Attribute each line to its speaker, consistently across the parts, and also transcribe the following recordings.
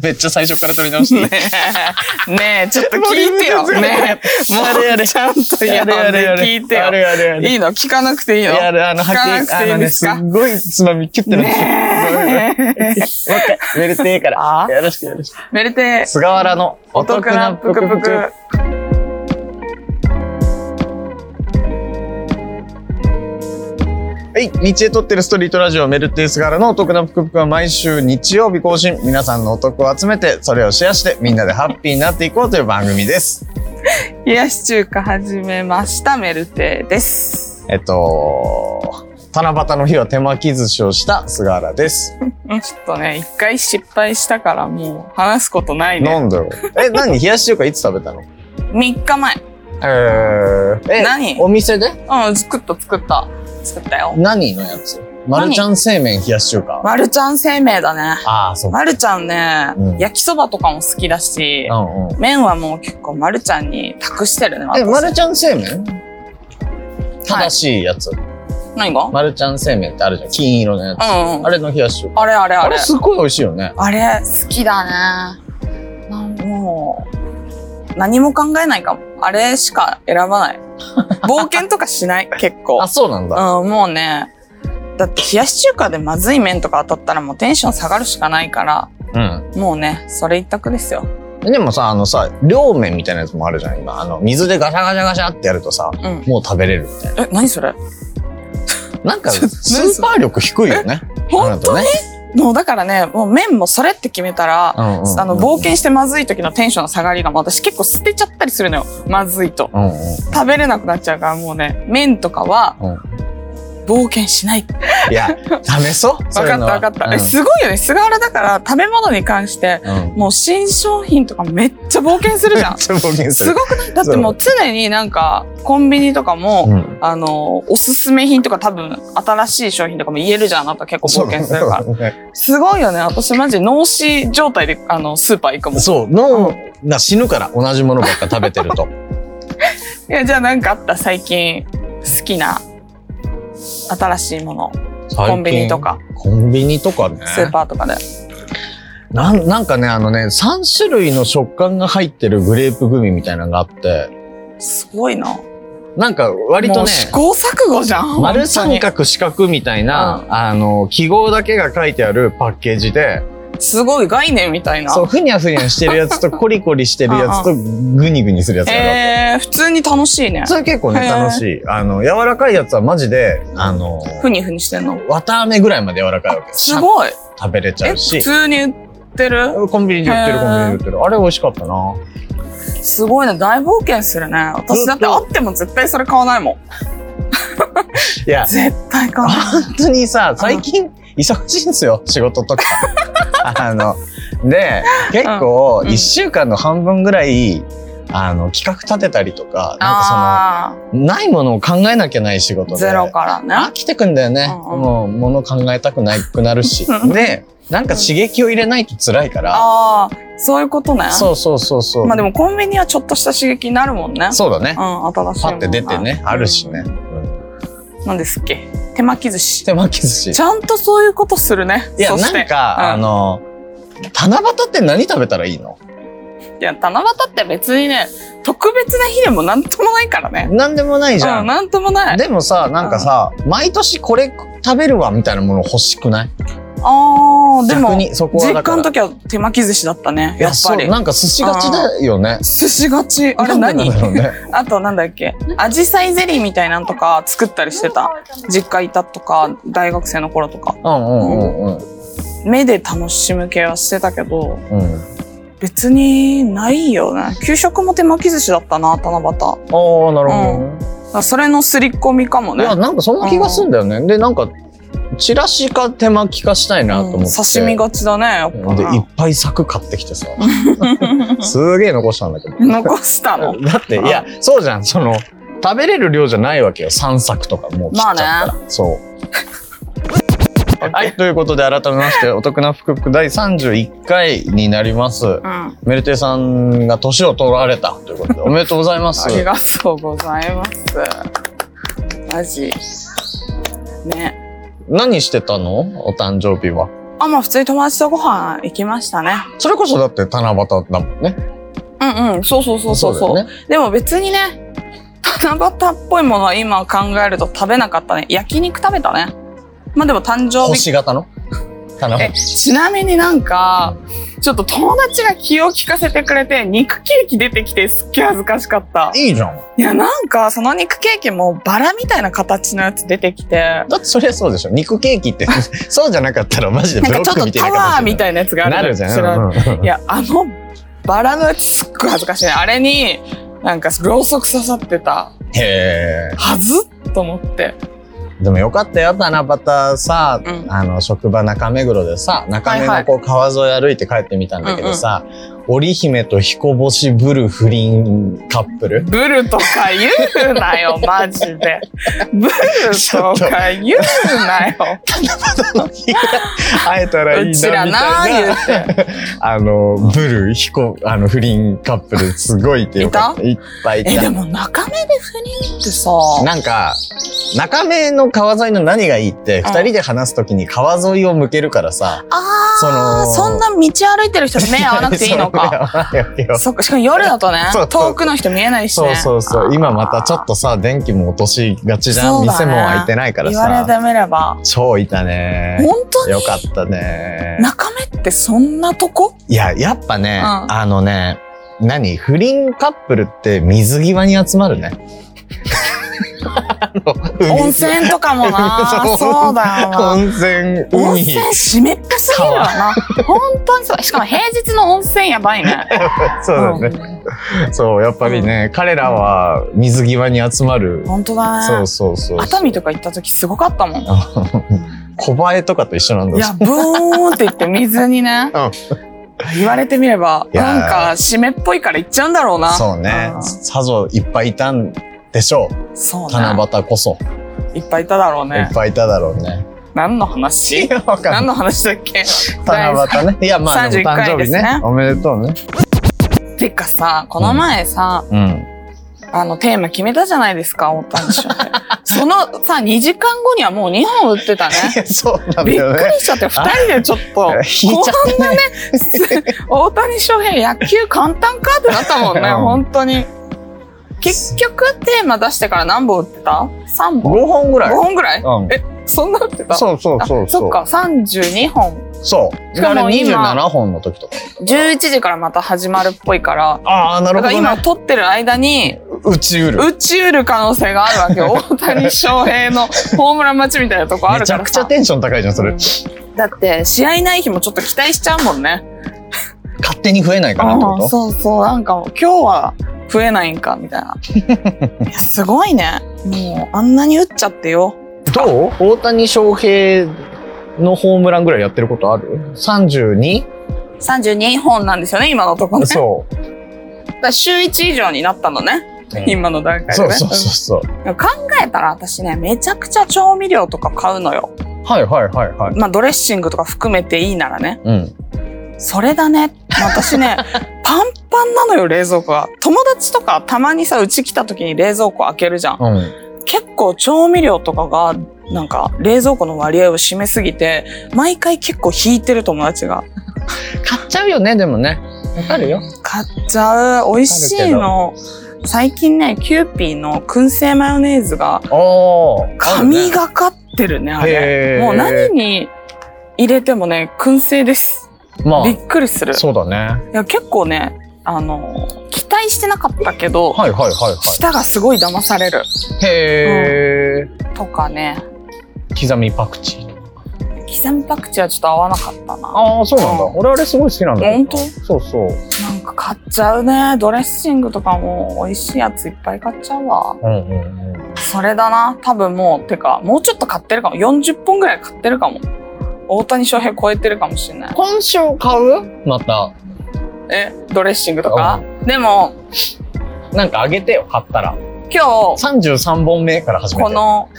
Speaker 1: めっちゃ最初から撮り直して ね。
Speaker 2: ねえ、ちょっと聞いてよ。ねえ。も
Speaker 1: あれあれ
Speaker 2: うちゃんとや
Speaker 1: やるやるやる。
Speaker 2: 聞いて
Speaker 1: あ
Speaker 2: よ。
Speaker 1: るあるある。
Speaker 2: いいの聞かなくていいの
Speaker 1: やる、あの、
Speaker 2: 聞かなくて
Speaker 1: あ
Speaker 2: いい
Speaker 1: の
Speaker 2: ん
Speaker 1: ね、
Speaker 2: ですす
Speaker 1: っ
Speaker 2: か
Speaker 1: ごいつまみキュッてなって
Speaker 2: ねえ
Speaker 1: る。わかる。寝れていいから
Speaker 2: あ。
Speaker 1: よろしくよろしく。
Speaker 2: メルテ、
Speaker 1: 菅原の
Speaker 2: お得なぷくぷく。。
Speaker 1: はい。道へ撮ってるストリートラジオメルテイスからのお得なぷくぷくは毎週日曜日更新。皆さんのお得を集めて、それをシェアして、みんなでハッピーになっていこうという番組です。
Speaker 2: 冷やし中華始めました、メルテです。
Speaker 1: えっと、七夕の日は手巻き寿司をした菅原です。
Speaker 2: うんちょっとね、一回失敗したからもう話すことない ね。
Speaker 1: なんだろう。え、何冷やし中華いつ食べたの
Speaker 2: 3日前。
Speaker 1: えー、え
Speaker 2: 何
Speaker 1: お店で
Speaker 2: うん、作った作った。作ったよ。
Speaker 1: 何のやつマルちゃん製麺冷やし中華。
Speaker 2: マルちゃん生命だね。
Speaker 1: ああ、そうか。
Speaker 2: マルちゃんね、
Speaker 1: うん
Speaker 2: 焼きそばとかも好きだし、
Speaker 1: うんうん。
Speaker 2: 麺はもう結構マルちゃんに託してるね。
Speaker 1: え、
Speaker 2: 私
Speaker 1: マルちゃん製麺正しいやつ。
Speaker 2: 何が
Speaker 1: マルちゃん製麺ってあるじゃん。金色のやつ。
Speaker 2: うんうん。
Speaker 1: あれの冷やし中華。
Speaker 2: あれあれあ
Speaker 1: あ
Speaker 2: れ
Speaker 1: れ。すっごい美味しいよね。
Speaker 2: あれ好きだね。なんもう、何も考えないかも。あれしか選ば ない。冒険とかしない、結構
Speaker 1: あ、。そうなんだ。
Speaker 2: うん、もうね。だって冷やし中華でまずい麺とか当たったらもうテンション下がるしかないから、
Speaker 1: うん。
Speaker 2: もうね、それ一択ですよ。
Speaker 1: でもさ、あのさ、両麺みたいなやつもあるじゃん、今。あの、水でガシャガシャガシャってやるとさ、
Speaker 2: うん。
Speaker 1: もう食べれるみたい
Speaker 2: え、何それ
Speaker 1: な。なんか、
Speaker 2: ちょっと
Speaker 1: スーパー力低いよね。あな
Speaker 2: 本
Speaker 1: た
Speaker 2: 当
Speaker 1: ね
Speaker 2: にもうだからね、もう麺もそれって決めたら、
Speaker 1: うんうんうん
Speaker 2: あの、冒険してまずい時のテンションの下がりがもう私結構捨てちゃったりするのよ。まずいと。
Speaker 1: うんうん。
Speaker 2: 食べれなくなっちゃうからもうね、麺とかは
Speaker 1: うん、
Speaker 2: 冒険しない。わ
Speaker 1: いや、試そう。
Speaker 2: かったわかった。えすごいよね。菅原だから食べ物に関して、
Speaker 1: うん。うん
Speaker 2: もう新商品とかめっちゃ冒険するじ ゃん。
Speaker 1: めっちゃ冒険す
Speaker 2: す
Speaker 1: る。
Speaker 2: ごくないだってもう常になんか、コンビニとかも、
Speaker 1: うん
Speaker 2: あの、おすすめ品とか多分、新しい商品とかも言えるじゃん。あなた結構冒険するから。
Speaker 1: そうね
Speaker 2: すごいよね。私マジ脳死状態で、あの、スーパー行くもん。い
Speaker 1: そう、脳が死ぬから、同じものばっか食べてると。
Speaker 2: や、じゃあなんかあった最近、好きな、新しいもの、 コンビニとか、
Speaker 1: 最近。コンビニとかね。
Speaker 2: スーパーとかで。
Speaker 1: なんなんかね、あのね、3種類の食感が入ってるグレープグミみたいなのがあって、
Speaker 2: すごいな。
Speaker 1: なんか割と
Speaker 2: もう
Speaker 1: ね、
Speaker 2: 試行錯誤じゃん。
Speaker 1: 丸三
Speaker 2: 本
Speaker 1: 角四角みたいな、
Speaker 2: う
Speaker 1: あの、記号だけが書いてあるパッケージで、
Speaker 2: 当にすごい概念みたいな。
Speaker 1: そう、ふにゃふにゃしてるやつと、コリコリしてるやつと、グニグニするやつがあるわけ
Speaker 2: へえ、普通に楽しいね。
Speaker 1: それ結構ね、
Speaker 2: へー
Speaker 1: 楽しい。あの、柔らかいやつはマジで、あの、
Speaker 2: ふにふにしてんの。
Speaker 1: 綿あめぐらいまで柔らかいわけ。
Speaker 2: すごい。
Speaker 1: 食べれちゃ
Speaker 2: え、
Speaker 1: う
Speaker 2: 普
Speaker 1: し。
Speaker 2: 通に売ってる
Speaker 1: コンビニで売ってる、
Speaker 2: へー
Speaker 1: コンビニで売ってる。あれ美味しかったな。
Speaker 2: すごいね。大冒険するね。私だってあっても絶対それ買わないもん。
Speaker 1: いや、
Speaker 2: 絶対買わない。
Speaker 1: 本当にさ、最近、忙しいんですよ、仕事 とか。あの、で、結構、
Speaker 2: うん
Speaker 1: 一週間の半分ぐらい、あの、企画立てたりとか、なんか
Speaker 2: あ
Speaker 1: その、ないものを考えなきゃない仕
Speaker 2: あー、
Speaker 1: 事で。
Speaker 2: ゼロからね。
Speaker 1: 飽きてくんだよね。
Speaker 2: うんうん
Speaker 1: もう、もの考えたくなくなる し。で、なんか刺激を入れないと辛いから。
Speaker 2: ああ、そういうことね。
Speaker 1: そうそうそうそう。
Speaker 2: まあでもコンビニはちょっとした刺激になるもんね。
Speaker 1: そうだね
Speaker 2: う。ん、新しい
Speaker 1: パ
Speaker 2: もん
Speaker 1: ッて出てね、あるしね。。うん
Speaker 2: うんなんですっけ手巻き寿司。
Speaker 1: 手巻き寿司
Speaker 2: ち。ゃんとそういうことするね。
Speaker 1: いや、
Speaker 2: そして
Speaker 1: なんか、
Speaker 2: うん
Speaker 1: あの、七夕って何食べたらいいの
Speaker 2: いや、七夕って別にね、特別な日でもなんともないからね。
Speaker 1: 何でもないじゃ
Speaker 2: うん、
Speaker 1: ん。
Speaker 2: なんともない。
Speaker 1: でもさ、なんかさ、毎年これ食べるわみたいなもの欲しくない
Speaker 2: ああ、で
Speaker 1: 逆
Speaker 2: も、
Speaker 1: にそこはだ
Speaker 2: 実
Speaker 1: から
Speaker 2: 家の。時は手巻き寿司だったね。
Speaker 1: い
Speaker 2: や
Speaker 1: や
Speaker 2: っぱ
Speaker 1: そう
Speaker 2: り。
Speaker 1: なんか寿司がちだよね。
Speaker 2: 寿司がち。あれ
Speaker 1: なんで
Speaker 2: 何
Speaker 1: なんだろうね。
Speaker 2: あとなんだっけアジサイゼリーみたいなのとか作ったりしてた。実家いたとか、大学生の頃とか。
Speaker 1: うんうんうん
Speaker 2: 目で楽しむ系はしてたけど、
Speaker 1: うん。うん。
Speaker 2: 別にないよね。給食も手巻き寿司だったな、七夕。だか
Speaker 1: ああ、なるほ
Speaker 2: らそれの刷り込みか
Speaker 1: ど
Speaker 2: も
Speaker 1: ね。い
Speaker 2: ね
Speaker 1: や、。なんかそんな気がすんだよね。で、なんか、チラシか手巻きかしたいなと思って。
Speaker 2: うん刺身がちだね、やっぱ
Speaker 1: で、い
Speaker 2: ね
Speaker 1: っ。ぱい柵買ってきてさ。すげえ残したんだけど。
Speaker 2: 残したの。
Speaker 1: だって、いや、そうじゃん。その、食べれる量じゃないわけよ。散策とかもう切っちゃったら。
Speaker 2: ま
Speaker 1: そう。はい。ということで、改めまして、お得な福福第31回になります。
Speaker 2: うん。
Speaker 1: メルテイさんが年を取られたということで、おめでとうございます
Speaker 2: あ。りがとうございます。マジ。ね。
Speaker 1: 何してたのお誕生日は。
Speaker 2: あ、まあ普通に友達とご飯行きましたね。
Speaker 1: それこそだって七夕だもんね。
Speaker 2: うんうん、そうそうそうそうそう。
Speaker 1: だよね。
Speaker 2: でも別にね、七夕っぽいものは今考えると食べなかったね。焼肉食べたね。まあでも誕生日。
Speaker 1: 星型 の七
Speaker 2: え
Speaker 1: 夕。
Speaker 2: ちなみになんか、ちょっと友達が気を利かせてくれて、肉ケーキ出てきてすっげえ恥ずかしかった。
Speaker 1: いいじゃん。
Speaker 2: いや、なんかその肉ケーキもバラみたいな形のやつ出てきて、
Speaker 1: だってそりゃそうでしょ。肉ケーキ って、そうじゃなかったらマジで
Speaker 2: な
Speaker 1: ブ
Speaker 2: ん
Speaker 1: ロ
Speaker 2: かちょ
Speaker 1: ックみ
Speaker 2: っと
Speaker 1: たい
Speaker 2: タ
Speaker 1: な
Speaker 2: ワー
Speaker 1: 形
Speaker 2: み
Speaker 1: に
Speaker 2: たいなやつがある
Speaker 1: なるじ
Speaker 2: 知ら
Speaker 1: ゃ
Speaker 2: ん
Speaker 1: ん。うん
Speaker 2: いや、あのバラのやつすっごい恥ずかしいね。あれに、なんかろうそく刺さってた
Speaker 1: へえ。
Speaker 2: はずと思って。
Speaker 1: でもよかったよ、七夕さ、
Speaker 2: うん
Speaker 1: あの、職場中目黒でさ、中目のこう川沿い歩いて帰ってみたんだけどさ、織姫と彦星ブル不倫カップル
Speaker 2: ブルとか言う なよ、マジで。ブルとか言うなよ。
Speaker 1: 会えたらいいう
Speaker 2: ち
Speaker 1: な
Speaker 2: ら
Speaker 1: み
Speaker 2: な、
Speaker 1: たい
Speaker 2: 言
Speaker 1: な。
Speaker 2: って。
Speaker 1: あの、ブル、ヒコ、あの、不倫カップル、すごいってよかった。いっぱいい
Speaker 2: え、で
Speaker 1: た。
Speaker 2: も中目で不倫ってさ、
Speaker 1: なんか、中目の川沿いの何がいいって、
Speaker 2: ん
Speaker 1: 二人で話すときに川沿いを向けるからさ、そ
Speaker 2: あ
Speaker 1: の
Speaker 2: ー、そんな道歩いてる人と目合わなくていいの
Speaker 1: そう合
Speaker 2: か。。
Speaker 1: わないよ
Speaker 2: そっか、しかも夜だとね
Speaker 1: そう、そう
Speaker 2: 遠くの人見えないし
Speaker 1: そう
Speaker 2: ね。
Speaker 1: そうそう。今またちょっとさ、電気も落としがちじゃん。
Speaker 2: そうだ
Speaker 1: 店
Speaker 2: ね
Speaker 1: も開いてないから
Speaker 2: 言われ
Speaker 1: さ。
Speaker 2: てみれば。
Speaker 1: 超いたね。
Speaker 2: 本当に
Speaker 1: よかったね。
Speaker 2: 中目ってそんなとこ
Speaker 1: いや、やっぱね、
Speaker 2: うん
Speaker 1: あのね、何不倫カップルって水際に集まる ね。あの
Speaker 2: 温泉とかも な
Speaker 1: そう
Speaker 2: そうだよな
Speaker 1: 温泉、
Speaker 2: 温
Speaker 1: 海。
Speaker 2: 泉湿っぽすぎるわ な本当にそうしかも平日の温泉やばいね
Speaker 1: そうだね。そう、やっぱりね、彼らは水際に集まる
Speaker 2: うん。本当だね
Speaker 1: そうそうそう。
Speaker 2: 熱海とか行った時すごかったもん
Speaker 1: 小映えとかと一緒なんだ
Speaker 2: いやブーンって言って水に ね、
Speaker 1: うん
Speaker 2: 言われてみれば
Speaker 1: いやー
Speaker 2: なんか湿っぽいから行っちゃうんだろうな
Speaker 1: そうね
Speaker 2: う。ん
Speaker 1: さぞいっぱいいたんでしょう。
Speaker 2: そうね
Speaker 1: 七夕こそ。
Speaker 2: いっぱいいただろう
Speaker 1: い
Speaker 2: ね
Speaker 1: っぱいいただろう ね。
Speaker 2: 何の
Speaker 1: い
Speaker 2: 話
Speaker 1: やわかんない
Speaker 2: 何の話だっけ
Speaker 1: 七夕ね。いや、まあ、でも
Speaker 2: 31
Speaker 1: 誕
Speaker 2: 回
Speaker 1: 生
Speaker 2: で
Speaker 1: 日
Speaker 2: すね
Speaker 1: ね。おめでとうね。
Speaker 2: てかさこの前さ、
Speaker 1: うん。
Speaker 2: あの、テーマ決めたじゃないですか、思った んでしょうね。そのさ、2時間後にはもう2本打ってたね。
Speaker 1: いや そうなんだ
Speaker 2: びっ
Speaker 1: よ
Speaker 2: く
Speaker 1: ね。
Speaker 2: りしちゃって、2人でちょっと、こ
Speaker 1: 引いちゃ
Speaker 2: んなね、 大谷翔平野球簡単かってなったもんね、
Speaker 1: うん
Speaker 2: 本当に。結局、テーマ出してから何本打ってた ?3 本
Speaker 1: 5本ぐ
Speaker 2: ?5
Speaker 1: らい。
Speaker 2: 本ぐらい
Speaker 1: うん。
Speaker 2: そんな打ってた
Speaker 1: そうそうそう
Speaker 2: あそっ
Speaker 1: そう。
Speaker 2: か、32本。
Speaker 1: そう。
Speaker 2: しか
Speaker 1: あ
Speaker 2: も
Speaker 1: れ
Speaker 2: 今
Speaker 1: 27本の時とか。
Speaker 2: 11時からまた始まるっぽいから。
Speaker 1: ああ、な
Speaker 2: だ
Speaker 1: るほ
Speaker 2: か
Speaker 1: ど
Speaker 2: ら
Speaker 1: ね。
Speaker 2: 今撮ってる間に、
Speaker 1: 打ちうる。
Speaker 2: 打ち得る可能性があるわけよ。大谷翔平のホームラン待ちみたいなとこあ
Speaker 1: め
Speaker 2: る
Speaker 1: ち
Speaker 2: か
Speaker 1: ゃ
Speaker 2: ら
Speaker 1: くちゃ
Speaker 2: さ。
Speaker 1: テンション高いじゃん、それ。
Speaker 2: だって、試合ない日もちょっと期待しちゃうもんね。
Speaker 1: 勝手に増えないかなってこと
Speaker 2: そうそう。なんかもう、今日は増えないんか、みた いな。いやすごいね。もう、あんなに打っちゃってよ。
Speaker 1: どう大谷翔平のホームランぐらいやってることある ?32?
Speaker 2: 32本なんですよね、今のとこね。だ
Speaker 1: そう。
Speaker 2: から週1以上になったのね。今の段階でね。
Speaker 1: そうそうそうそう。
Speaker 2: でも考えたら私ね、めちゃくちゃ調味料とか買うのよ。
Speaker 1: はいはいはいはい。
Speaker 2: まあ、ドレッシングとか含めていいならね。
Speaker 1: うん。
Speaker 2: それだね。私ね、パンパンなのよ、冷蔵庫が。友達とかたまにさ、うち来た時に冷蔵庫開けるじゃん。
Speaker 1: うん。
Speaker 2: 結構調味料とかが、なんか、冷蔵庫の割合を占めすぎて、毎回結構引いてる友達が。
Speaker 1: 買っちゃうよね、でもね。わかるよ。
Speaker 2: 買っちゃう。美味しいの。最近ね、キューピーの燻製マヨネーズが、
Speaker 1: おー。
Speaker 2: 神がかってるね、あれ。
Speaker 1: へー
Speaker 2: もう何に入れてもね、燻製です。
Speaker 1: ま
Speaker 2: びっくりする
Speaker 1: あ、。そうだね。
Speaker 2: いや、結構ね、あの、期待してなかったけど、
Speaker 1: はいはいはいは
Speaker 2: 舌がすごい騙される
Speaker 1: い。へー。
Speaker 2: とかね
Speaker 1: 刻みパクチー。
Speaker 2: 刻みパクチーはちょっと合わなかったな
Speaker 1: ああ、そうなんだ。
Speaker 2: うん
Speaker 1: 俺あれすごい好きなんだけど
Speaker 2: 本当
Speaker 1: そうそう。
Speaker 2: なんか買っちゃうねドレッシングとかも美味しいやついっぱい買っちゃうわ
Speaker 1: うんうんうん。
Speaker 2: それだな多分もうてかもうちょっと買ってるかも40本ぐらい買ってるかも大谷翔平超えてるかもしれない
Speaker 1: 今週買うまた。
Speaker 2: えドレッシングとかでも
Speaker 1: なんかあげてよ、買ったら。
Speaker 2: 今日
Speaker 1: 33本目から始めて。
Speaker 2: この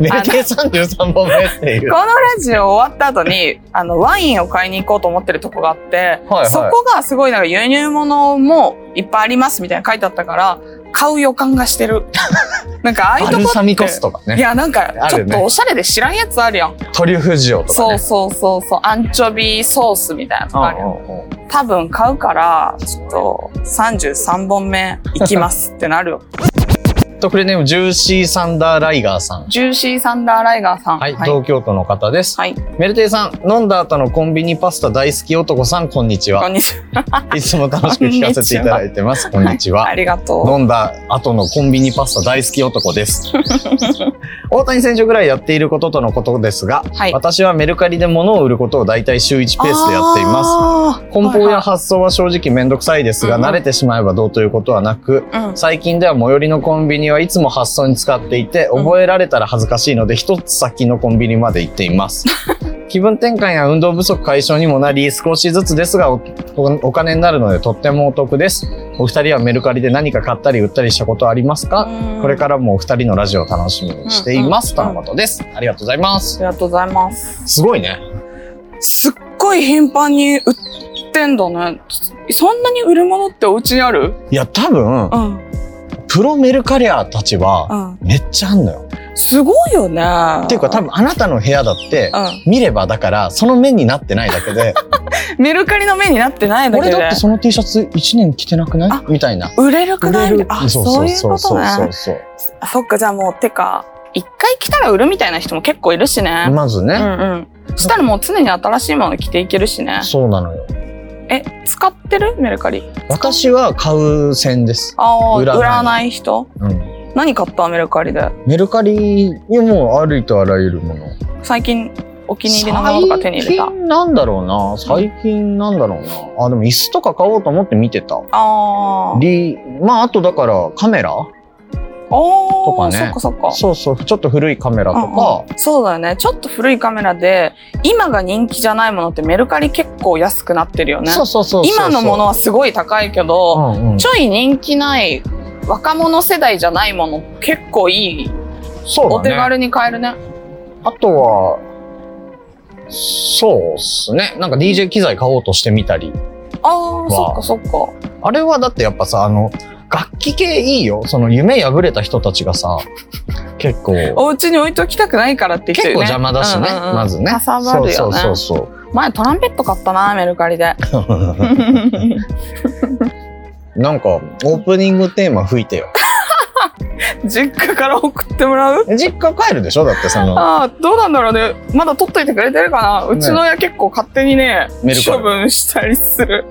Speaker 1: め で33本目ってい
Speaker 2: こ
Speaker 1: う。
Speaker 2: のラジオ終わった後にあのワインを買いに行こうと思ってるとこがあって、
Speaker 1: はいはい
Speaker 2: そこがすごいなんか輸入物もいっぱいありますみたいなの書いてあったから買う予感がし てる。なんかああいうと
Speaker 1: バ
Speaker 2: こ
Speaker 1: ルサ
Speaker 2: っ
Speaker 1: ミ
Speaker 2: て。
Speaker 1: コ酢とか
Speaker 2: い
Speaker 1: ね。
Speaker 2: や、なんか
Speaker 1: あ、
Speaker 2: ちょ
Speaker 1: る
Speaker 2: っ
Speaker 1: ね
Speaker 2: とおしゃれで知らんやつあるやん。
Speaker 1: トリュフ塩とか
Speaker 2: そう
Speaker 1: ね。
Speaker 2: そうそうそう。アンチョビソースみたいなの
Speaker 1: うん
Speaker 2: があるやん
Speaker 1: うんうん
Speaker 2: 多分買うから、ちょっと33本目いきますってな るよ。
Speaker 1: と、クレネーム、ジューシーサンダーライガーさん。
Speaker 2: ジューシーサンダーライガーさん。
Speaker 1: はい、東京都の方です。
Speaker 2: はい。
Speaker 1: メルテイさん、飲んだ後のコンビニパスタ大好き男さん、こんにち
Speaker 2: こ
Speaker 1: は。
Speaker 2: んにち
Speaker 1: いつも楽しく聞かせていただいてます。こんにち
Speaker 2: は。
Speaker 1: は
Speaker 2: あ。りがと
Speaker 1: 飲んだ後のコンビニパスタ大好き男 です。大谷選手ぐらいやっていることとのことですが、
Speaker 2: う。はい。
Speaker 1: 私はメルカリで物を売ることを大体週1ペースでやっています。
Speaker 2: ます。
Speaker 1: 梱包や発送は正直めんどくさいですが、
Speaker 2: うんうん
Speaker 1: 慣れてしまえばどうということはなく、
Speaker 2: うん。
Speaker 1: 最近では最寄りのコンビニはいつも発送に使っていて、
Speaker 2: うん
Speaker 1: 覚えられたら恥ずかしいので、一つ先のコンビニまで行ってい ます。気分転換や運動不足解消にもなり、少しずつですがお、お金になるのでとってもお得です。お二人はメルカリで何か買ったり売ったりしたことありますか、
Speaker 2: うん
Speaker 1: これからもお二人のラジオを楽しみにしています。
Speaker 2: うんうん
Speaker 1: とのことです。ありがとうございま
Speaker 2: あ
Speaker 1: す。
Speaker 2: りがとうございます。
Speaker 1: すごいね。
Speaker 2: すっごい頻繁に売ってんだね。そんなに売るものってお家にある
Speaker 1: いや、多分
Speaker 2: う、ん。
Speaker 1: プロメルカリアーたち
Speaker 2: う
Speaker 1: は、
Speaker 2: ん。
Speaker 1: めっちゃあんのよ。
Speaker 2: すごいよね。
Speaker 1: っていうか多分あなたの部屋だって、
Speaker 2: う
Speaker 1: 見ればだから、その目になってないだけ で、
Speaker 2: ん。メルカリの目になってないだけ
Speaker 1: 俺
Speaker 2: で。
Speaker 1: だってその T シャツ1年着てなくな
Speaker 2: あ
Speaker 1: いみたいな。
Speaker 2: 売れるくない
Speaker 1: 売れる
Speaker 2: あ、そういうことね。
Speaker 1: そうそう
Speaker 2: あそっか、じゃあもう、てか、一回来たら売るみたいな人も結構いるしね。
Speaker 1: まず
Speaker 2: う
Speaker 1: ね、
Speaker 2: んうん。したらもう常に新しいもの着ていけるしね。
Speaker 1: そうなのよ。
Speaker 2: え、使ってるメルカリ。
Speaker 1: 私は買う線です。
Speaker 2: ああ、
Speaker 1: 売ら
Speaker 2: 売
Speaker 1: ない
Speaker 2: らない人
Speaker 1: うん。
Speaker 2: 何買ったメルカリで。
Speaker 1: メルカリにもありとあらゆるもの。
Speaker 2: 最近お気に入りのものとか手に入れた
Speaker 1: 最。近なんだろうな。最近なんだろうな。あ、でも椅子とか買おうと思って見てた。
Speaker 2: ああ。
Speaker 1: り、まああとだからカメラと
Speaker 2: あ
Speaker 1: か
Speaker 2: あ、
Speaker 1: ね
Speaker 2: そっかそっか。
Speaker 1: そうそう、ちょっと古いカメラと
Speaker 2: うん
Speaker 1: か
Speaker 2: う、んそうだよね。ちょっと古いカメラで、今が人気じゃないものってメルカリ結構安くなってるよね。
Speaker 1: そうそうそうそう。
Speaker 2: 今のものはすごい高いけど、
Speaker 1: うんうん
Speaker 2: ちょい人気ない若者世代じゃないもの結構いい
Speaker 1: そうだね
Speaker 2: お手軽に買えるね
Speaker 1: あとは、そうっすね。なんか DJ 機材買おうとしてみたり。
Speaker 2: ああ
Speaker 1: わ
Speaker 2: そっ
Speaker 1: あ
Speaker 2: かそっか
Speaker 1: あれはだってやっぱさ、あの、楽器系いいよ。その夢破れた人たちがさ、結構、
Speaker 2: お家に置いときたくないからって言って
Speaker 1: 結
Speaker 2: る
Speaker 1: 構
Speaker 2: ね
Speaker 1: 邪魔だしね、
Speaker 2: うんうんうん
Speaker 1: まずね。
Speaker 2: かさばるよね
Speaker 1: そうそうそう
Speaker 2: 前トランペット買ったなメルカリ で
Speaker 1: そう。なんか、オープニングテーマ吹いてよ。
Speaker 2: 実家から送ってもらう
Speaker 1: 実家帰るでしょだってその、
Speaker 2: ああどうなんだろうねまだ取っといてくれてるかなうちの親結構勝手にね
Speaker 1: メルカリ
Speaker 2: 処分したりする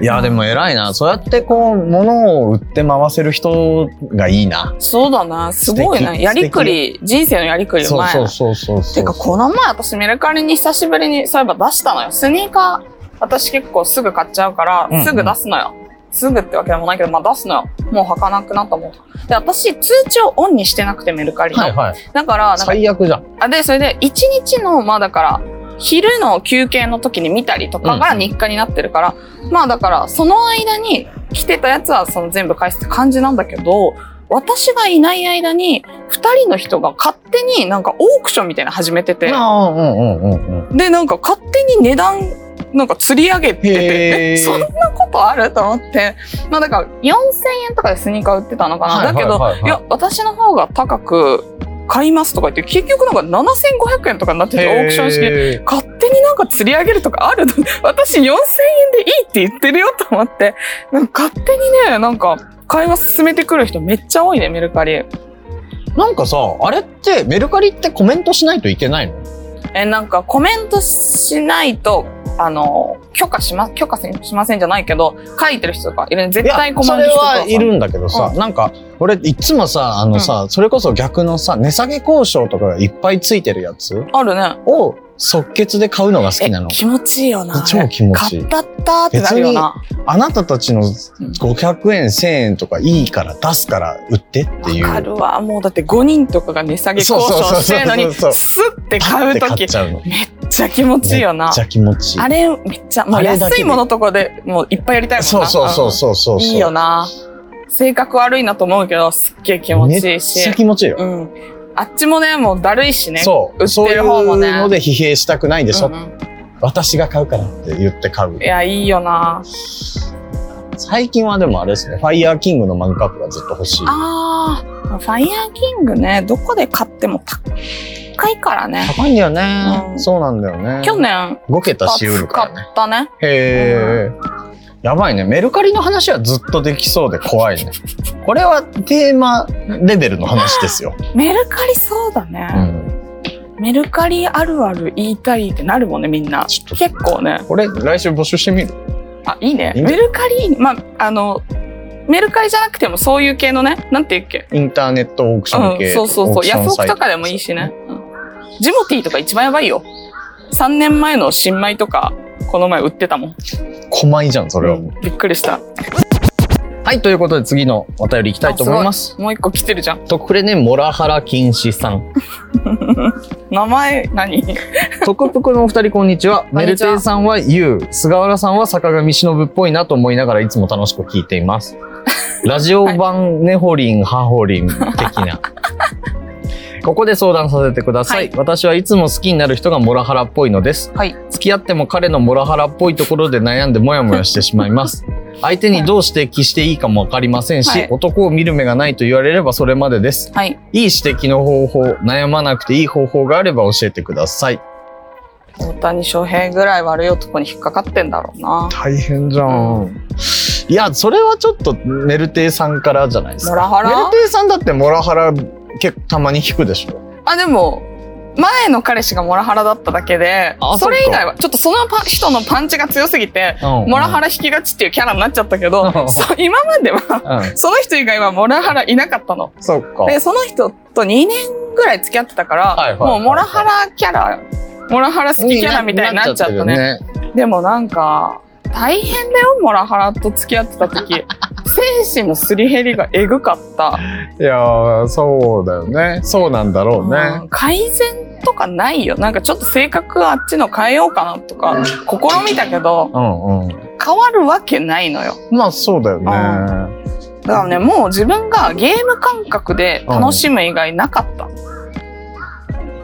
Speaker 1: いやでも偉いな。そうやってこう、物を売って回せる人がいいな。
Speaker 2: そうだなすごい
Speaker 1: 素
Speaker 2: な
Speaker 1: 敵
Speaker 2: やりくり人生のやりくりう
Speaker 1: そう
Speaker 2: まいな
Speaker 1: そうそうそうそう。
Speaker 2: てかこの前私メルカリに久しぶりにそういえば出したのよスニーカー私結構すぐ買っちゃうから、
Speaker 1: うんうん
Speaker 2: すぐ出すのよすぐってわけでもないけど、まあ出すのよ。もう履かなくなったもん。で、私、通知をオンにしてなくて、メルカリの。
Speaker 1: はいはい。
Speaker 2: だから、なんか、
Speaker 1: 最悪じゃん。
Speaker 2: あで、それで、1日の、まあだから、昼の休憩の時に見たりとか
Speaker 1: うん
Speaker 2: が
Speaker 1: うん
Speaker 2: 日課になってるから、まあだから、その間に来てたやつはその全部返すって感じなんだけど、私がいない間に、二人の人が勝手になんかオークションみたいなの始めてて、
Speaker 1: ああ、うんうんうんうん。
Speaker 2: でなんか勝手に値段なんか釣り上げて
Speaker 1: へー
Speaker 2: てえそんなことあると思ってまあだから4000円とかでスニーカー売ってたのかな、
Speaker 1: はいはいはいはい
Speaker 2: だけどいや私の方が高く買いますとか言って結局なんか7500円とかになっててオークションして
Speaker 1: て。
Speaker 2: 勝手になんか釣り上げるとかある の私4000円でいいって言ってるよと思ってなんか勝手にねなんか会話進めてくる人めっちゃ多いねメルカリ
Speaker 1: なんかさ、あれって、メルカリってコメントしないといけないの
Speaker 2: えなんかコメントしないとあの許可しま許可せんしませんじゃないけど書いてる人とかいるね絶対コ
Speaker 1: そ
Speaker 2: メン
Speaker 1: れ
Speaker 2: トしてくださ
Speaker 1: はいいるんだけどさ、なんか、俺いつもさ、あのさ、それこそ逆のさ、値下げ交渉とかがいっぱいついてるやつ
Speaker 2: あるね
Speaker 1: を即決で買うのが好きなの
Speaker 2: え。気持ちいいよな
Speaker 1: 超気持ちいい
Speaker 2: 買ったったーってなるよな
Speaker 1: あなたたちの500円、1000円とかいいから出すから売ってっていう。
Speaker 2: わかるわもうだって5人とかが値下げ交渉してるのに
Speaker 1: そうそうそうそう
Speaker 2: スッて買う
Speaker 1: パッて買
Speaker 2: 時
Speaker 1: っちゃうの。
Speaker 2: めっちゃ気持ちいいよ
Speaker 1: め
Speaker 2: な
Speaker 1: っちゃ気持ちいい。
Speaker 2: あれめっちゃも
Speaker 1: あ
Speaker 2: う
Speaker 1: れだけ
Speaker 2: 安
Speaker 1: で
Speaker 2: いものとかでもういっぱいやりたいもんな
Speaker 1: そうそうそう
Speaker 2: う
Speaker 1: そうそう。
Speaker 2: んいいよな性格悪いなと思うけどすっげえ気持ちいいし
Speaker 1: めっちゃ気持ちいいよ。
Speaker 2: うん。あっちもね、もうだるいしね。
Speaker 1: そう。
Speaker 2: 売ってる方もね
Speaker 1: そういうので疲弊したくないでしょ。
Speaker 2: うんうん
Speaker 1: 私が買うからって言って買う
Speaker 2: い。や、いいよな。
Speaker 1: 最近はでもあれですね、ファイヤーキングのマグカップがずっと欲しい。
Speaker 2: ああ、ファイヤーキングね、どこで買っても高いからね。
Speaker 1: 高いんだよね、
Speaker 2: うん
Speaker 1: そうなんだよね。
Speaker 2: 去年、
Speaker 1: 5桁しう
Speaker 2: 使
Speaker 1: るからね。
Speaker 2: ったね。
Speaker 1: へえ。やばいね。メルカリの話はずっとできそうで怖いね。これはテーマレベルの話ですよ。
Speaker 2: メルカリそうだ
Speaker 1: う
Speaker 2: ね、
Speaker 1: ん。
Speaker 2: メルカリあるある言いたいってなるもんね、みんな。
Speaker 1: ちょっと、
Speaker 2: 結構ね。
Speaker 1: これ来週募集してみる
Speaker 2: あ、いいね。
Speaker 1: いいね
Speaker 2: メルカリ、まあ、あの、メルカリじゃなくてもそういう系のね、なんていうっけ。
Speaker 1: インターネットオークション
Speaker 2: う
Speaker 1: 系。
Speaker 2: ん、そうそう
Speaker 1: オー
Speaker 2: そう。
Speaker 1: クショ
Speaker 2: ヤ
Speaker 1: ン
Speaker 2: フオ
Speaker 1: サ
Speaker 2: ク
Speaker 1: イト
Speaker 2: とかでもいいしね。うんジモティーとか一番やばいよ。3年前の新米とか、この前売ってたもん。
Speaker 1: 狛江じゃん、それは。
Speaker 2: うんびっくりした。
Speaker 1: はい、ということで次のお便りいきたいと思います。
Speaker 2: もう一個来てるじゃん。
Speaker 1: 特れね、モラハラ禁止さん。
Speaker 2: 名前何、
Speaker 1: トクプクのお二人、こんにちは。
Speaker 2: ん
Speaker 1: メル
Speaker 2: にちは
Speaker 1: テイさんは YOU、菅原さんは坂上忍っぽいなと思いながらいつも楽しく聞いています。ラジオ版ネホリン、ハホリン的な。ここで相談させてください,、
Speaker 2: は
Speaker 1: 私はいつも好きになる人がモラハラっぽいのです。
Speaker 2: はい
Speaker 1: 付き合っても彼のモラハラっぽいところで悩んでモヤモヤしてしまい ます。相手にどう指摘していいかもわかりませんし、
Speaker 2: はい
Speaker 1: 男を見る目がないと言われればそれまでです。
Speaker 2: はい、
Speaker 1: いい指摘の方法、悩まなくていい方法があれば教えてください。
Speaker 2: 大谷翔平ぐらい悪い男に引っかかってんだろうな。
Speaker 1: 大変じゃ
Speaker 2: ん。
Speaker 1: いや、それはちょっとメルテイさんからじゃないです
Speaker 2: モ
Speaker 1: か。
Speaker 2: ラハ
Speaker 1: メル
Speaker 2: ラ
Speaker 1: テイさんだってモラハラ結構たまに聞くでしょ。
Speaker 2: あ、でも、前の彼氏がモラハラだっただけで
Speaker 1: あ、
Speaker 2: それ以
Speaker 1: そっか
Speaker 2: 外は、ちょっとそのパ人のパンチが強すぎて、モラハラ引きがちっていうキャラになっちゃったけど、
Speaker 1: うん
Speaker 2: そう今までは、
Speaker 1: ラ。うん。
Speaker 2: その人以外はモラハラいなかったの。
Speaker 1: そっか。
Speaker 2: で、その人と2年ぐらい付き合ってたから、
Speaker 1: はいはいはいはい
Speaker 2: もうモラハラキャラ、モラハラ好きキャラみたいになっちゃったね。
Speaker 1: なっちゃって
Speaker 2: でもなんか、大変だよ、モラハラと付き合ってた時。 精神のすり減りがえぐかった。
Speaker 1: るね。いやー、そうだよね。そうなんだろうね。
Speaker 2: うん改善とかないよ。なんかちょっと性格あっちの変えようかなとか、試みたけど、
Speaker 1: うんうん。
Speaker 2: 変わるわけないのよ。
Speaker 1: まあそうだよね。
Speaker 2: だからね、もう自分がゲーム感覚で楽しむ以外なかった。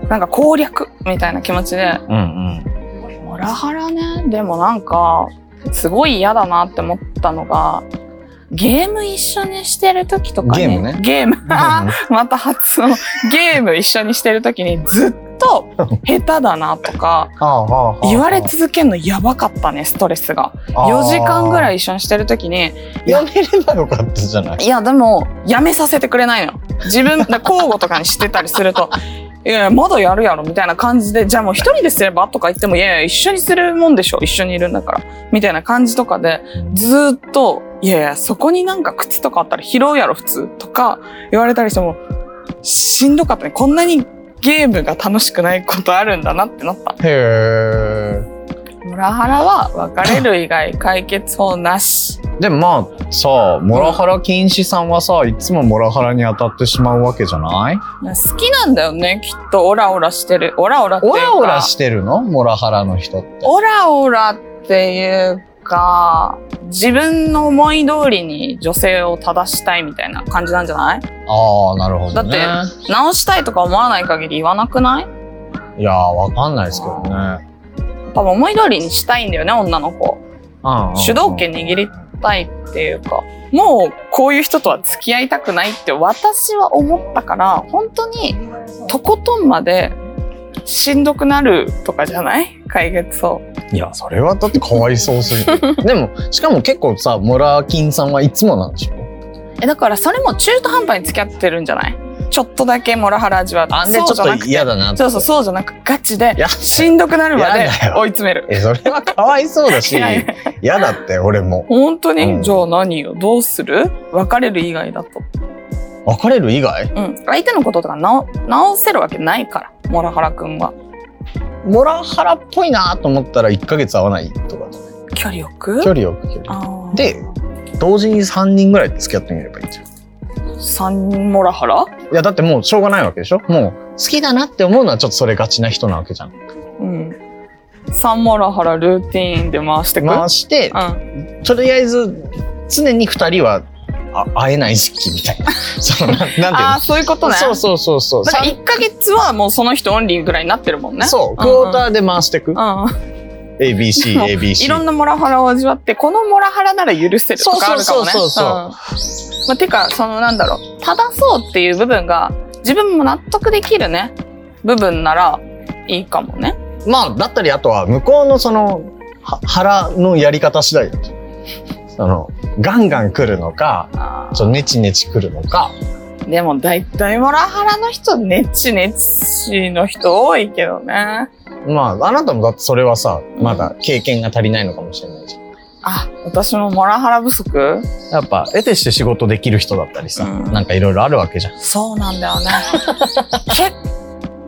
Speaker 2: なんか攻略みたいな気持ちで。
Speaker 1: うん うん。
Speaker 2: モラハラね。でもなんか、すごい嫌だなって思ったのが、ゲーム一緒にしてる時とかに
Speaker 1: ゲームね
Speaker 2: ゲーム。また発音。ゲーム一緒にしてる時にずっと下手だな とか、言われ続けるのやばかったね、ストレスが。4時間ぐら
Speaker 1: い。
Speaker 2: い一緒にしてる時に、
Speaker 1: やめればよかったじゃない。
Speaker 2: いや、でも、やめさせてくれないの。自分、だ交互とかにしてたりすると、 いやいや、まだやるやろ、みたいな感じで、じゃあもう一人ですればとか言っても、いやいや、一緒にするもんでしょ、一緒にいるんだから。みたいな感じとかで、ずーっと、いやいや、そこになんか靴とかあったら拾うやろ、普通。とか、言われたりしても、しんどかったね。こんなにゲームが楽しくないことあるんだなってなった。
Speaker 1: へえ。
Speaker 2: モラハラは別れる以外解決法 なし。
Speaker 1: でもまあさあモラハラ禁止さんはさいつもモラハラに当たってしまうわけじゃない
Speaker 2: 好きなんだよね、きっと。オラオラしてる。オラオラっていう
Speaker 1: オ
Speaker 2: か。
Speaker 1: ラオラしてるのモラハラの人って。
Speaker 2: オラオラっていうか、自分の思い通りに女性を正したいみたいな感じなんじゃない
Speaker 1: ああなるほどね。
Speaker 2: だ直したいとか思わない限り言わなくない
Speaker 1: いやーわかんないですけどね。
Speaker 2: 多分思い通りにしたいんだよね、女の子。
Speaker 1: うんうんうん
Speaker 2: 主導権握りたいっていうか、もうこういう人とは付き合いたくないって私は思ったから、本当にとことんまでしんどくなるとかじゃない解決を。
Speaker 1: いやそれはだってかわいそうすぎる。 でもしかも結構さモラキンさんはいつもなんでしょ
Speaker 2: え、だからそれも中途半端に付き合ってるんじゃないちょっとだけモラハラ味わって。
Speaker 1: あんでちょ
Speaker 2: そうじゃな
Speaker 1: っ
Speaker 2: く
Speaker 1: と
Speaker 2: て
Speaker 1: 嫌だなって。
Speaker 2: そうそう、そうじゃなく、ガチで、
Speaker 1: いや
Speaker 2: しんどくなるま
Speaker 1: い
Speaker 2: で
Speaker 1: やだよ
Speaker 2: 追い詰める。
Speaker 1: えそれはかわいそうだし
Speaker 2: いやいや
Speaker 1: 嫌だって俺も。
Speaker 2: 本当に、
Speaker 1: うん
Speaker 2: じゃあ何よどうする別れる以外だと。
Speaker 1: 別れる以外
Speaker 2: うん。相手のこととか直直せるわけないから、モラハラくんは。
Speaker 1: モラハラっぽいなと思ったら1ヶ月会わないとか
Speaker 2: 距離置く
Speaker 1: 距離を距離を
Speaker 2: あー
Speaker 1: で、同時に3人ぐらい付き合ってみればいいじゃん。
Speaker 2: 三モラハラ
Speaker 1: いや、だってもうしょうがないわけでしょもう、好きだなって思うのはちょっとそれがちな人なわけじゃん。
Speaker 2: うん。三モラハラルーティーンで回してく、
Speaker 1: 回して、
Speaker 2: うん。
Speaker 1: とりあえず、常に2人はあ会えない時期みたいな。 その、なんなんていうの
Speaker 2: ああ、そういうことね。
Speaker 1: そうそうそうそう。
Speaker 2: だから
Speaker 1: さん
Speaker 2: 1ヶ月はもうその人オンリーぐらいになってるもんね。
Speaker 1: そう、
Speaker 2: ん
Speaker 1: クォーターで回してく。
Speaker 2: うん。
Speaker 1: ABC、ABC。
Speaker 2: いろんなモラハラを味わって、このモラハラなら許せるとかあるかもね。
Speaker 1: そうそうそうそう
Speaker 2: うんまあ、てか、そのなんだろう、正そうっていう部分が自分も納得できるね、部分ならいいかもね。
Speaker 1: まあ、だったり、あとは、向こうのその、は腹のやり方次第だと。あの、ガンガン来るのか、
Speaker 2: あー
Speaker 1: ちょっとネチネチ来るのか、
Speaker 2: でも大体モラハラの人、ネッチネッチの人多いけどね。
Speaker 1: まあ、あなたもだってそれはさ、まだ経験が足りないのかもしれないじゃん。
Speaker 2: あ、私もモラハラ不足
Speaker 1: やっぱ、得てして仕事できる人だったりさ、
Speaker 2: うん
Speaker 1: なんかいろいろあるわけじゃん。
Speaker 2: そうなん だよね。結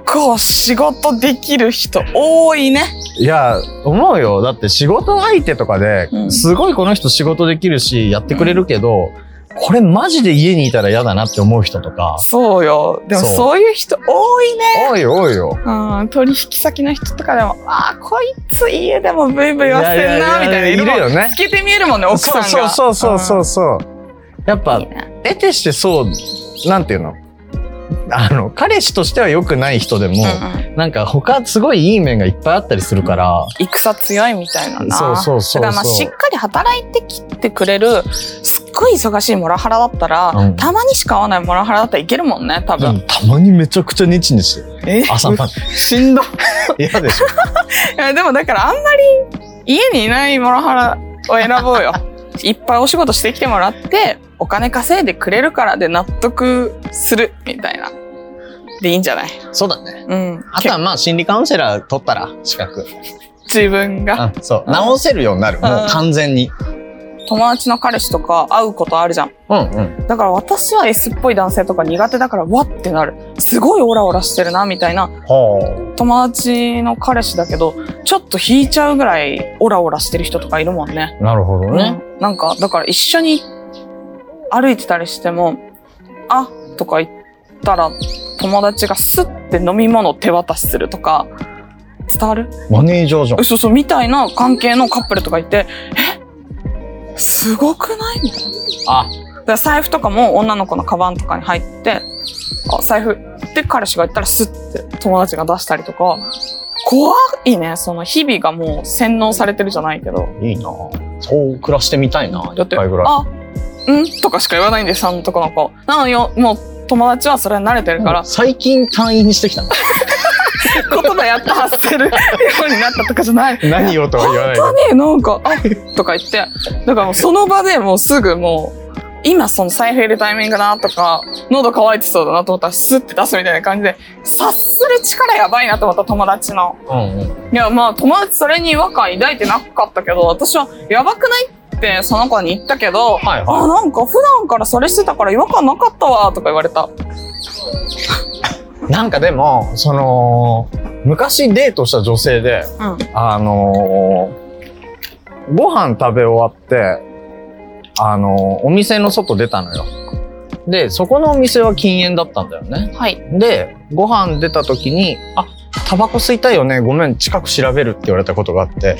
Speaker 2: 構仕事できる人多いね。
Speaker 1: いや、思うよ。だって仕事相手とかで
Speaker 2: う、ん
Speaker 1: すごいこの人仕事できるし、やってくれるけど、これマジで家にいたら嫌だなって思う人とか、
Speaker 2: そうよ。でも
Speaker 1: そう
Speaker 2: そういう人多いね。
Speaker 1: おいおいよ。
Speaker 2: うん、取引先の人とかでも、ああ、こいつ家でもブイブイ言わせ
Speaker 1: いや
Speaker 2: ん
Speaker 1: い
Speaker 2: な、
Speaker 1: やい
Speaker 2: み
Speaker 1: や
Speaker 2: たいな。
Speaker 1: いるよね
Speaker 2: 透けて見えるもんね、奥さんが。
Speaker 1: そうそうそうそうそう。やっ
Speaker 2: んい
Speaker 1: ぱ
Speaker 2: い、ね
Speaker 1: 得てしてそう、なんていうのあの、彼氏としては良くない人でも、
Speaker 2: うんうん
Speaker 1: なんか他すごいいい面がいっぱいあったりするから、
Speaker 2: 戦強いみたいなな。
Speaker 1: そうそうそうそう
Speaker 2: だからまあ、しっかり働いてきてくれる、すっごい忙しいモラハラだったら、
Speaker 1: うん
Speaker 2: たまにしか会わないモラハラだったらいけるもんね、多
Speaker 1: でも
Speaker 2: 分。
Speaker 1: たまにめちゃくちゃネチネチして
Speaker 2: え
Speaker 1: 朝ま
Speaker 2: しん どい。
Speaker 1: で。嫌でしょ。
Speaker 2: いやでもだからあんまり家にいないモラハラを選ぼ うよ。いっぱいお仕事してきてもらって、お金稼いでくれるからで納得する、みたいな。でいいんじゃない
Speaker 1: そうだね。
Speaker 2: うん。
Speaker 1: あとはまあ心理カウンセラー取ったら資格。
Speaker 2: 自分が。
Speaker 1: あそう。直せるようになる。
Speaker 2: ん
Speaker 1: もう完全に。
Speaker 2: 友達の彼氏とか会うことあるじゃん。
Speaker 1: うんうん。
Speaker 2: だから私は S っぽい男性とか苦手だから、わってなる。すごいオラオラしてるな、みたいな。
Speaker 1: ほ
Speaker 2: 友達の彼氏だけど、ちょっと引いちゃうぐらいオラオラしてる人とかいるもんね。
Speaker 1: う。なるほどね。
Speaker 2: うんなんか、だから一緒に歩いてたりしても、あとか言ったら、友達がスッて飲み物を手渡しするとか、伝わる
Speaker 1: マネージャーじゃん
Speaker 2: え。そうそう、みたいな関係のカップルとかいて、えすごくないみたい
Speaker 1: あ、
Speaker 2: な。だから財布とかも女の子のカバンとかに入って、あ、財布って彼氏が言ったらスッて友達が出したりとか、怖いね。その日々がもう洗脳されてるじゃないけど。
Speaker 1: いいなそう暮らしてみたいな
Speaker 2: だって
Speaker 1: 一回ぐらい。
Speaker 2: あ、うんとかしか言わないんです、あのとこの子。なのよ、もう友達はそれに慣れてるから、
Speaker 1: 最近退院してきたの
Speaker 2: 言葉やっと発せるようになったとかじゃ ない。
Speaker 1: 何をとは言わない
Speaker 2: 本当になんか、あとか言って、だからもうその場でもうすぐもう、今その財布入れるタイミングだなとか、喉乾いてそうだなと思ったらスッて出すみたいな感じで、察する力やばいなと思った友達の。
Speaker 1: うんうん
Speaker 2: いや、まあ友達それに違和感抱いてなかったけど、私はやばくないってその子に言ったけど、
Speaker 1: はい
Speaker 2: あ、
Speaker 1: は
Speaker 2: なんか普段からそれしてたから違和感なかったわとか言われた。
Speaker 1: い。なんかでも、その、昔デートした女性で、
Speaker 2: うん。
Speaker 1: あのーご飯食べ終わって、あのーお店の外出たのよ。で、そこのお店は禁煙だったんだよね。
Speaker 2: はい。
Speaker 1: で、ご飯出た時に、あ、タバコ吸いたいよね、ごめん、近く調べるって言われたことがあって。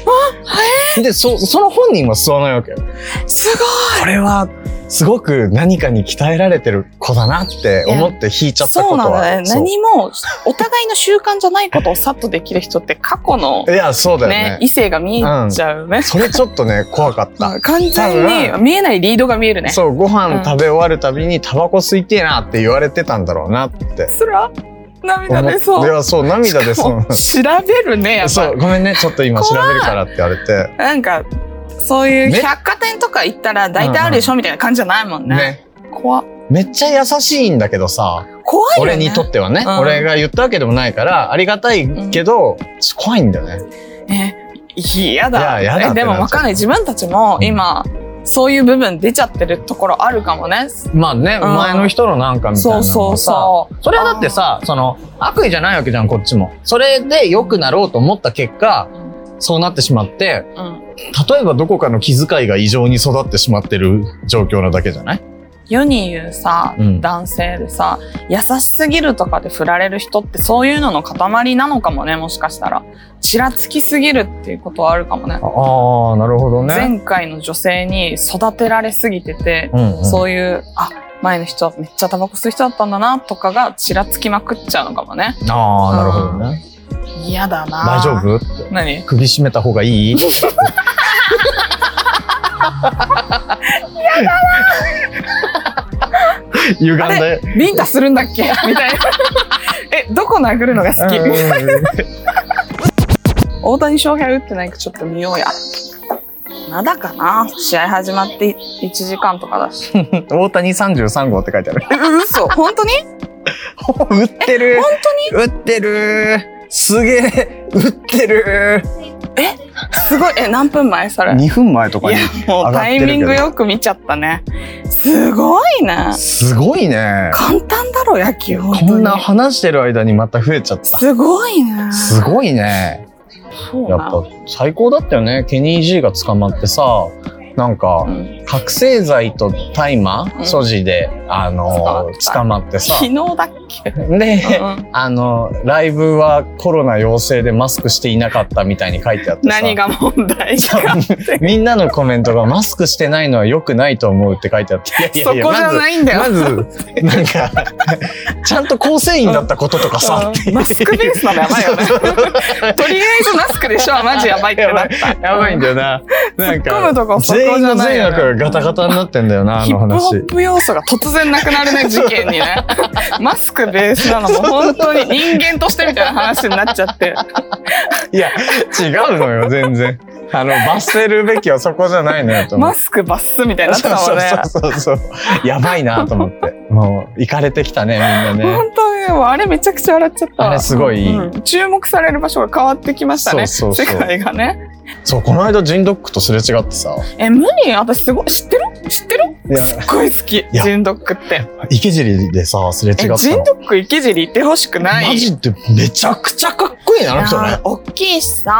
Speaker 1: で、そ、その本人は吸わないわけよ。
Speaker 2: すごい
Speaker 1: これはすごく何かに鍛えられてる子だなって思って引いちゃった
Speaker 2: そ
Speaker 1: こ
Speaker 2: う
Speaker 1: と
Speaker 2: なん
Speaker 1: は
Speaker 2: だね。
Speaker 1: そう
Speaker 2: 何も、お互いの習慣じゃないことをさっとできる人って過去の
Speaker 1: いやそうだ
Speaker 2: ね、
Speaker 1: よね
Speaker 2: 異性が見えちゃうね。
Speaker 1: それちょっとね怖かっ
Speaker 2: まあ
Speaker 1: た、
Speaker 2: 完全
Speaker 1: 多
Speaker 2: に見えないリードが見え るね。
Speaker 1: そうご飯食べ終わるたびにタバコ吸いてえなって言われてたんだろうなって
Speaker 2: それは涙
Speaker 1: 思っ
Speaker 2: 出 そう。
Speaker 1: いやそう涙で
Speaker 2: しか
Speaker 1: そ
Speaker 2: も
Speaker 1: う
Speaker 2: 調べるね、やっ
Speaker 1: そ
Speaker 2: ぱ
Speaker 1: うごめんねちょっと今調べるからって言われて
Speaker 2: なんか、そういう
Speaker 1: ね
Speaker 2: 百貨店とか行ったら大体あるでしょみたいな感じじゃないもんね。
Speaker 1: ね
Speaker 2: 怖
Speaker 1: めっちゃ優しいんだけどさ、
Speaker 2: 怖いよね。
Speaker 1: 俺にとってはね、
Speaker 2: うん
Speaker 1: 俺が言ったわけでもないからありがたいけど、怖いんだよね
Speaker 2: え、嫌だ。
Speaker 1: いや嫌だって
Speaker 2: えでも
Speaker 1: なっちゃう
Speaker 2: わかんない。自分たちも今、そういう部分出ちゃってるところあるかもね。
Speaker 1: まあね、
Speaker 2: うん
Speaker 1: 前の人のなんかみたいな
Speaker 2: そ
Speaker 1: の
Speaker 2: う
Speaker 1: もさ
Speaker 2: そうそう。
Speaker 1: それはだってさ、その、悪意じゃないわけじゃん、こっちも。それで良くなろうと思った結果、そうなってしまって、
Speaker 2: うん、
Speaker 1: 例えばどこかの気遣いが異常に育ってしまってる状況なだけじゃない
Speaker 2: 世に言うさ、
Speaker 1: うん
Speaker 2: 男性でさ優しすぎるとかで振られる人ってそういうのの塊なのかもねもしかしたらちらつきすぎるっていうことはあるかもね
Speaker 1: ああ、なるほど。
Speaker 2: 前回の女性に育てられすぎてて、
Speaker 1: うん、うん。
Speaker 2: そういうあ前の人はめっちゃタバコ吸う人だったんだなとかがちらつきまくっちゃうのかもね
Speaker 1: ああ、なるほどね。
Speaker 2: 嫌だな
Speaker 1: 大丈夫って
Speaker 2: 何
Speaker 1: 首絞めた方が いい歪ん
Speaker 2: あ
Speaker 1: だよ
Speaker 2: ビンタするんだっけ みたいなえどこ殴るのが好き
Speaker 1: うん
Speaker 2: 大谷翔平打ってないかちょっと見ようやまだかな試合始まって1時間とかだ し
Speaker 1: 大谷33号って書いてあ る
Speaker 2: え嘘本当に
Speaker 1: 打ってる
Speaker 2: 本
Speaker 1: 打ってるすげえ打ってる
Speaker 2: すごいえ何分前それ
Speaker 1: 2分前と
Speaker 2: い
Speaker 1: かに
Speaker 2: やもうタイミングよく見ちゃったねすごいね
Speaker 1: すごいね
Speaker 2: 簡単だろ野球本当に
Speaker 1: こんな話してる間にまた増えちゃった
Speaker 2: すごいね
Speaker 1: すごいね
Speaker 2: そう
Speaker 1: やっ
Speaker 2: な
Speaker 1: ぱ最高だったよねケニー・ジーが捕まってさなんか
Speaker 2: うん
Speaker 1: 覚醒剤と大麻
Speaker 2: うん
Speaker 1: 所持で、あの
Speaker 2: 捕まった
Speaker 1: 捕まってさ
Speaker 2: 昨日だっけ、
Speaker 1: で、
Speaker 2: うん
Speaker 1: あのライブはコロナ陽性でマスクしていなかったみたいに書いてあってさ
Speaker 2: 何が問題
Speaker 1: そ
Speaker 2: か
Speaker 1: うみんなのコメントがマスクしてないのは良くないと思うって書いてあ ってい
Speaker 2: そこじゃ
Speaker 1: ま
Speaker 2: ないんだ
Speaker 1: ず
Speaker 2: よ、
Speaker 1: まずなんかちゃんと構成員だったこととかさ、って
Speaker 2: うんマスクベースなのやばいよ ねとりあえずマスクでしょマジ やばいってなった
Speaker 1: やばいんだよな。なん
Speaker 2: 突っ込むとこ
Speaker 1: か、
Speaker 2: そこじ
Speaker 1: 全員
Speaker 2: ゃ
Speaker 1: の
Speaker 2: ない
Speaker 1: 善
Speaker 2: よね
Speaker 1: 悪がガタガタになってんだよな、あ
Speaker 2: ヒ
Speaker 1: の
Speaker 2: ップホ
Speaker 1: 話
Speaker 2: ッ。プ要素が突然なくなる ね事件にねマスクベースなのも本当に人間としてみたいな話になっちゃって
Speaker 1: いや、違うのよ、全 然。あの、罰せるべきはそこじゃないのよ、と思っ
Speaker 2: マ
Speaker 1: て。
Speaker 2: スクバッスみたいになって
Speaker 1: そ
Speaker 2: たもんね
Speaker 1: うそうそうそう。やばいなと思って。もう、行かれてきたね、みんなね。
Speaker 2: 本当にもうあれめちゃくちゃ笑っちゃったわ
Speaker 1: あれすごい
Speaker 2: うん注目される場所が変わってきましたね
Speaker 1: そうそうそう
Speaker 2: 世界がね
Speaker 1: そう、この間、ジンドックとすれ違ってさ、
Speaker 2: え無理私すごい知ってる知ってる
Speaker 1: いや
Speaker 2: すっごい好き
Speaker 1: や
Speaker 2: ジンドックって
Speaker 1: 池尻でさ、すれ違った
Speaker 2: え
Speaker 1: の。
Speaker 2: ジンドック池尻行ってほしくない
Speaker 1: マジでめちゃくちゃかっこいいな、あの人
Speaker 2: いや
Speaker 1: ね
Speaker 2: ー。大きいしさ、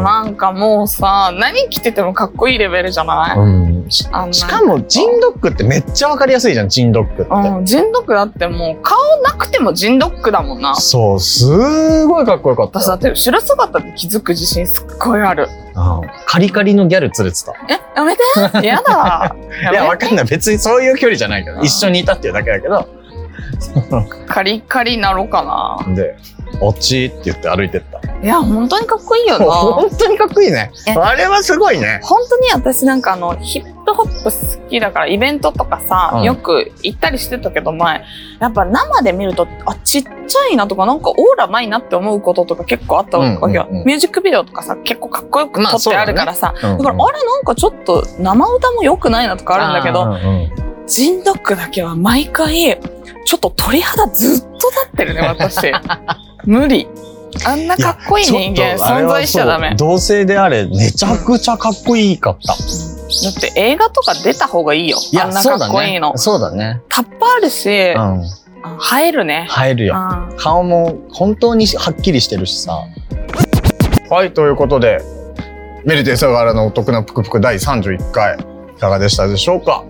Speaker 1: うん
Speaker 2: なんかもうさ何着ててもかっこいいレベルじゃない、
Speaker 1: うん。し
Speaker 2: あんな
Speaker 1: しかも、ジンドックってめっちゃわかりやすいじゃん、ジンドックって。
Speaker 2: うん、ジンドックだってもう顔なくてもジンドックだもんな。
Speaker 1: そう、すーごいかっこよかった
Speaker 2: 私。だって後ろ姿で気づく自信すっごいある。
Speaker 1: あカリカリのギャル連れてた。
Speaker 2: え、やめて やだ
Speaker 1: いや、
Speaker 2: や
Speaker 1: わ
Speaker 2: めて
Speaker 1: かんない。別にそういう距離じゃないけど、
Speaker 2: うん
Speaker 1: 一緒にいたっていうだけだけど。
Speaker 2: カリカリなろうかな。
Speaker 1: で、おっちーって言って歩いてった。
Speaker 2: いや、本当にかっこいいよな。
Speaker 1: 本当にかっこいいね。
Speaker 2: え
Speaker 1: あれはすごいね。
Speaker 2: 本当に私なんかあの、ヒップホップ好きだから、イベントとかさ、
Speaker 1: うん
Speaker 2: よく行ったりしてたけど前、やっぱ生で見ると、あ、ちっちゃいなとか、なんかオーラないなって思うこととか結構あったわけよ。
Speaker 1: うんうんうん
Speaker 2: ミュージックビデオとかさ、結構かっこよく
Speaker 1: まあ
Speaker 2: 撮ってあるからさ、
Speaker 1: だ
Speaker 2: だから、あれなんかちょっと生歌も良くないなとかあるんだけど、
Speaker 1: ど。
Speaker 2: ジンドックだけは毎回、ちょっと鳥肌ずっと立ってるね、 私。無理。あんなかっこいい人間
Speaker 1: ちょっとあれ
Speaker 2: 存
Speaker 1: は
Speaker 2: 在しちゃダメ。
Speaker 1: そう
Speaker 2: だ
Speaker 1: 同性であれ、めちゃくちゃかっこいいかった。
Speaker 2: って映画とか出た方がいいよ。あんなかっこいいの。
Speaker 1: そうだね。
Speaker 2: タッパあるし、
Speaker 1: そうだね
Speaker 2: 映える
Speaker 1: うん。
Speaker 2: ね。
Speaker 1: 入るよ。
Speaker 2: うん
Speaker 1: 顔も本当にはっきりしてるしさ。はい、ということで、メルテサガラのお得なぷくぷく第31回、いかがでしたでしょうか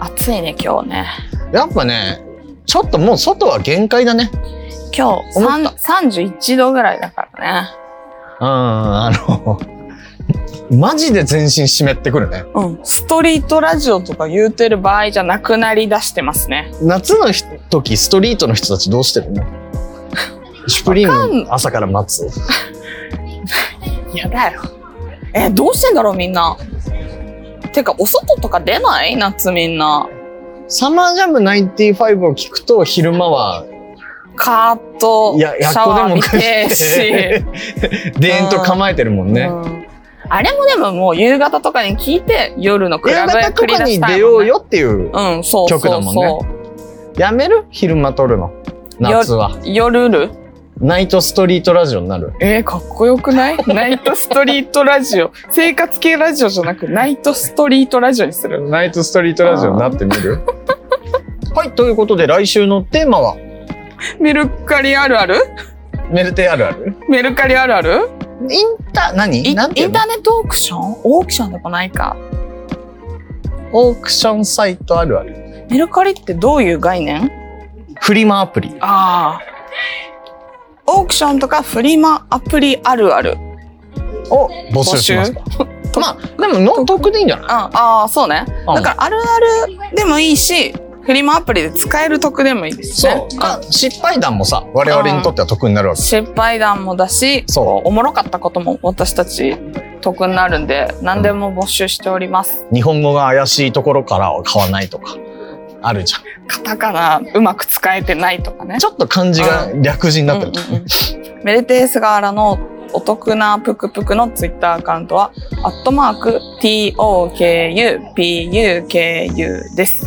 Speaker 2: 暑いね、今日ね。
Speaker 1: やっぱね、ちょっともう外は限界だね。うん、
Speaker 2: 今日、
Speaker 1: 思っ
Speaker 2: さん31度ぐらいだからね。
Speaker 1: あの、 マジで全身湿ってくるね。
Speaker 2: うん。ストリートラジオとか言うてる場合じゃなくなりだしてますね。
Speaker 1: 夏のひ時、ストリートの人たちどうしてるのシュプリ
Speaker 2: わか
Speaker 1: ー
Speaker 2: ん
Speaker 1: ム朝から待つ。
Speaker 2: やだよ。え、どうしてんだろうみんな。てか、お外とか出ない夏みんな。
Speaker 1: サマージャム95を聞くと昼間は、
Speaker 2: カーッと
Speaker 1: いや、
Speaker 2: シ
Speaker 1: やっ
Speaker 2: ャ
Speaker 1: こで
Speaker 2: ワー
Speaker 1: も
Speaker 2: 見
Speaker 1: 食って
Speaker 2: し。
Speaker 1: て、田園と構えてるもんね。
Speaker 2: うんあれもでももう夕方とかに聞いて夜のク
Speaker 1: 夕
Speaker 2: ラブへ
Speaker 1: 方
Speaker 2: 繰
Speaker 1: と
Speaker 2: り
Speaker 1: か
Speaker 2: 出し
Speaker 1: に
Speaker 2: た
Speaker 1: 出
Speaker 2: い
Speaker 1: よ
Speaker 2: もん
Speaker 1: う
Speaker 2: ね、
Speaker 1: よっていう。
Speaker 2: うん、そうそう
Speaker 1: 曲だもんね
Speaker 2: そ
Speaker 1: やめる昼間撮るの。夏は。
Speaker 2: う。夜る
Speaker 1: ナイトストリートラジオになる。
Speaker 2: えー、かっこよくない ナイトストリートラジオ。生活系ラジオじゃなく、ナイトストリートラジオにする。
Speaker 1: ナイトストリートラジオになってみる はい、ということで来週のテーマは、
Speaker 2: メルカリあるある
Speaker 1: メルテあるある
Speaker 2: メルカリあるある
Speaker 1: インタ、何
Speaker 2: インインタ
Speaker 1: な
Speaker 2: ー
Speaker 1: んていうの
Speaker 2: ネットオークションオークションでもないか。
Speaker 1: オークションサイトあるある。
Speaker 2: メルカリってどういう概念
Speaker 1: フリマアプリ。
Speaker 2: ああ。オークションとかフリマアプリあるある。
Speaker 1: を募集し ますか。まあ、でも、ノートークでいいんじゃない
Speaker 2: ああー、そうね。
Speaker 1: うん
Speaker 2: だからあるあるでもいいし、フリマアプリで使える得でもいいですね。
Speaker 1: そう、あ失敗談もさ我々にとっては得になるわけ
Speaker 2: 失敗談もだし
Speaker 1: そう
Speaker 2: こうおもろかったことも私たち得になるんで何でも募集しております、
Speaker 1: 日本語が怪しいところからは買わないとかあるじゃん
Speaker 2: カタカナうまく使えてないとかね
Speaker 1: ちょっと漢字が略字になってると、
Speaker 2: うんうんうんメルテースガーラのお得なぷくぷくのツイッターアカウントは、アットマーク、t-o-k-u-p-u-k-u です。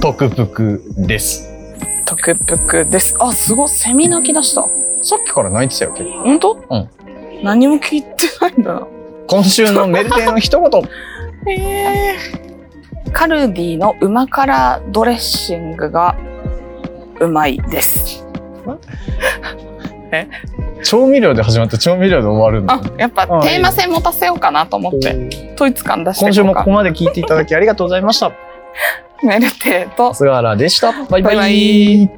Speaker 1: トクプクです
Speaker 2: ぷくぷくです。あ、すごい、セミ鳴き出した。
Speaker 1: さっきから泣いてたよ結構
Speaker 2: ほんと
Speaker 1: うん。
Speaker 2: 何も聞いてないんだな。
Speaker 1: 今週のメルテの一 言
Speaker 2: えー、カルディの旨辛ドレッシングがうまいです。
Speaker 1: 調味料で始まって調味料で終わるんだ
Speaker 2: あ、やっぱ
Speaker 1: あ
Speaker 2: テーマ性持たせようかなと思って、統一感出して
Speaker 1: 今週もこ
Speaker 2: こう
Speaker 1: こまで聞いていただきありがとうございました
Speaker 2: かメルテーと
Speaker 1: 菅原でしたバイバイ
Speaker 2: バイバイ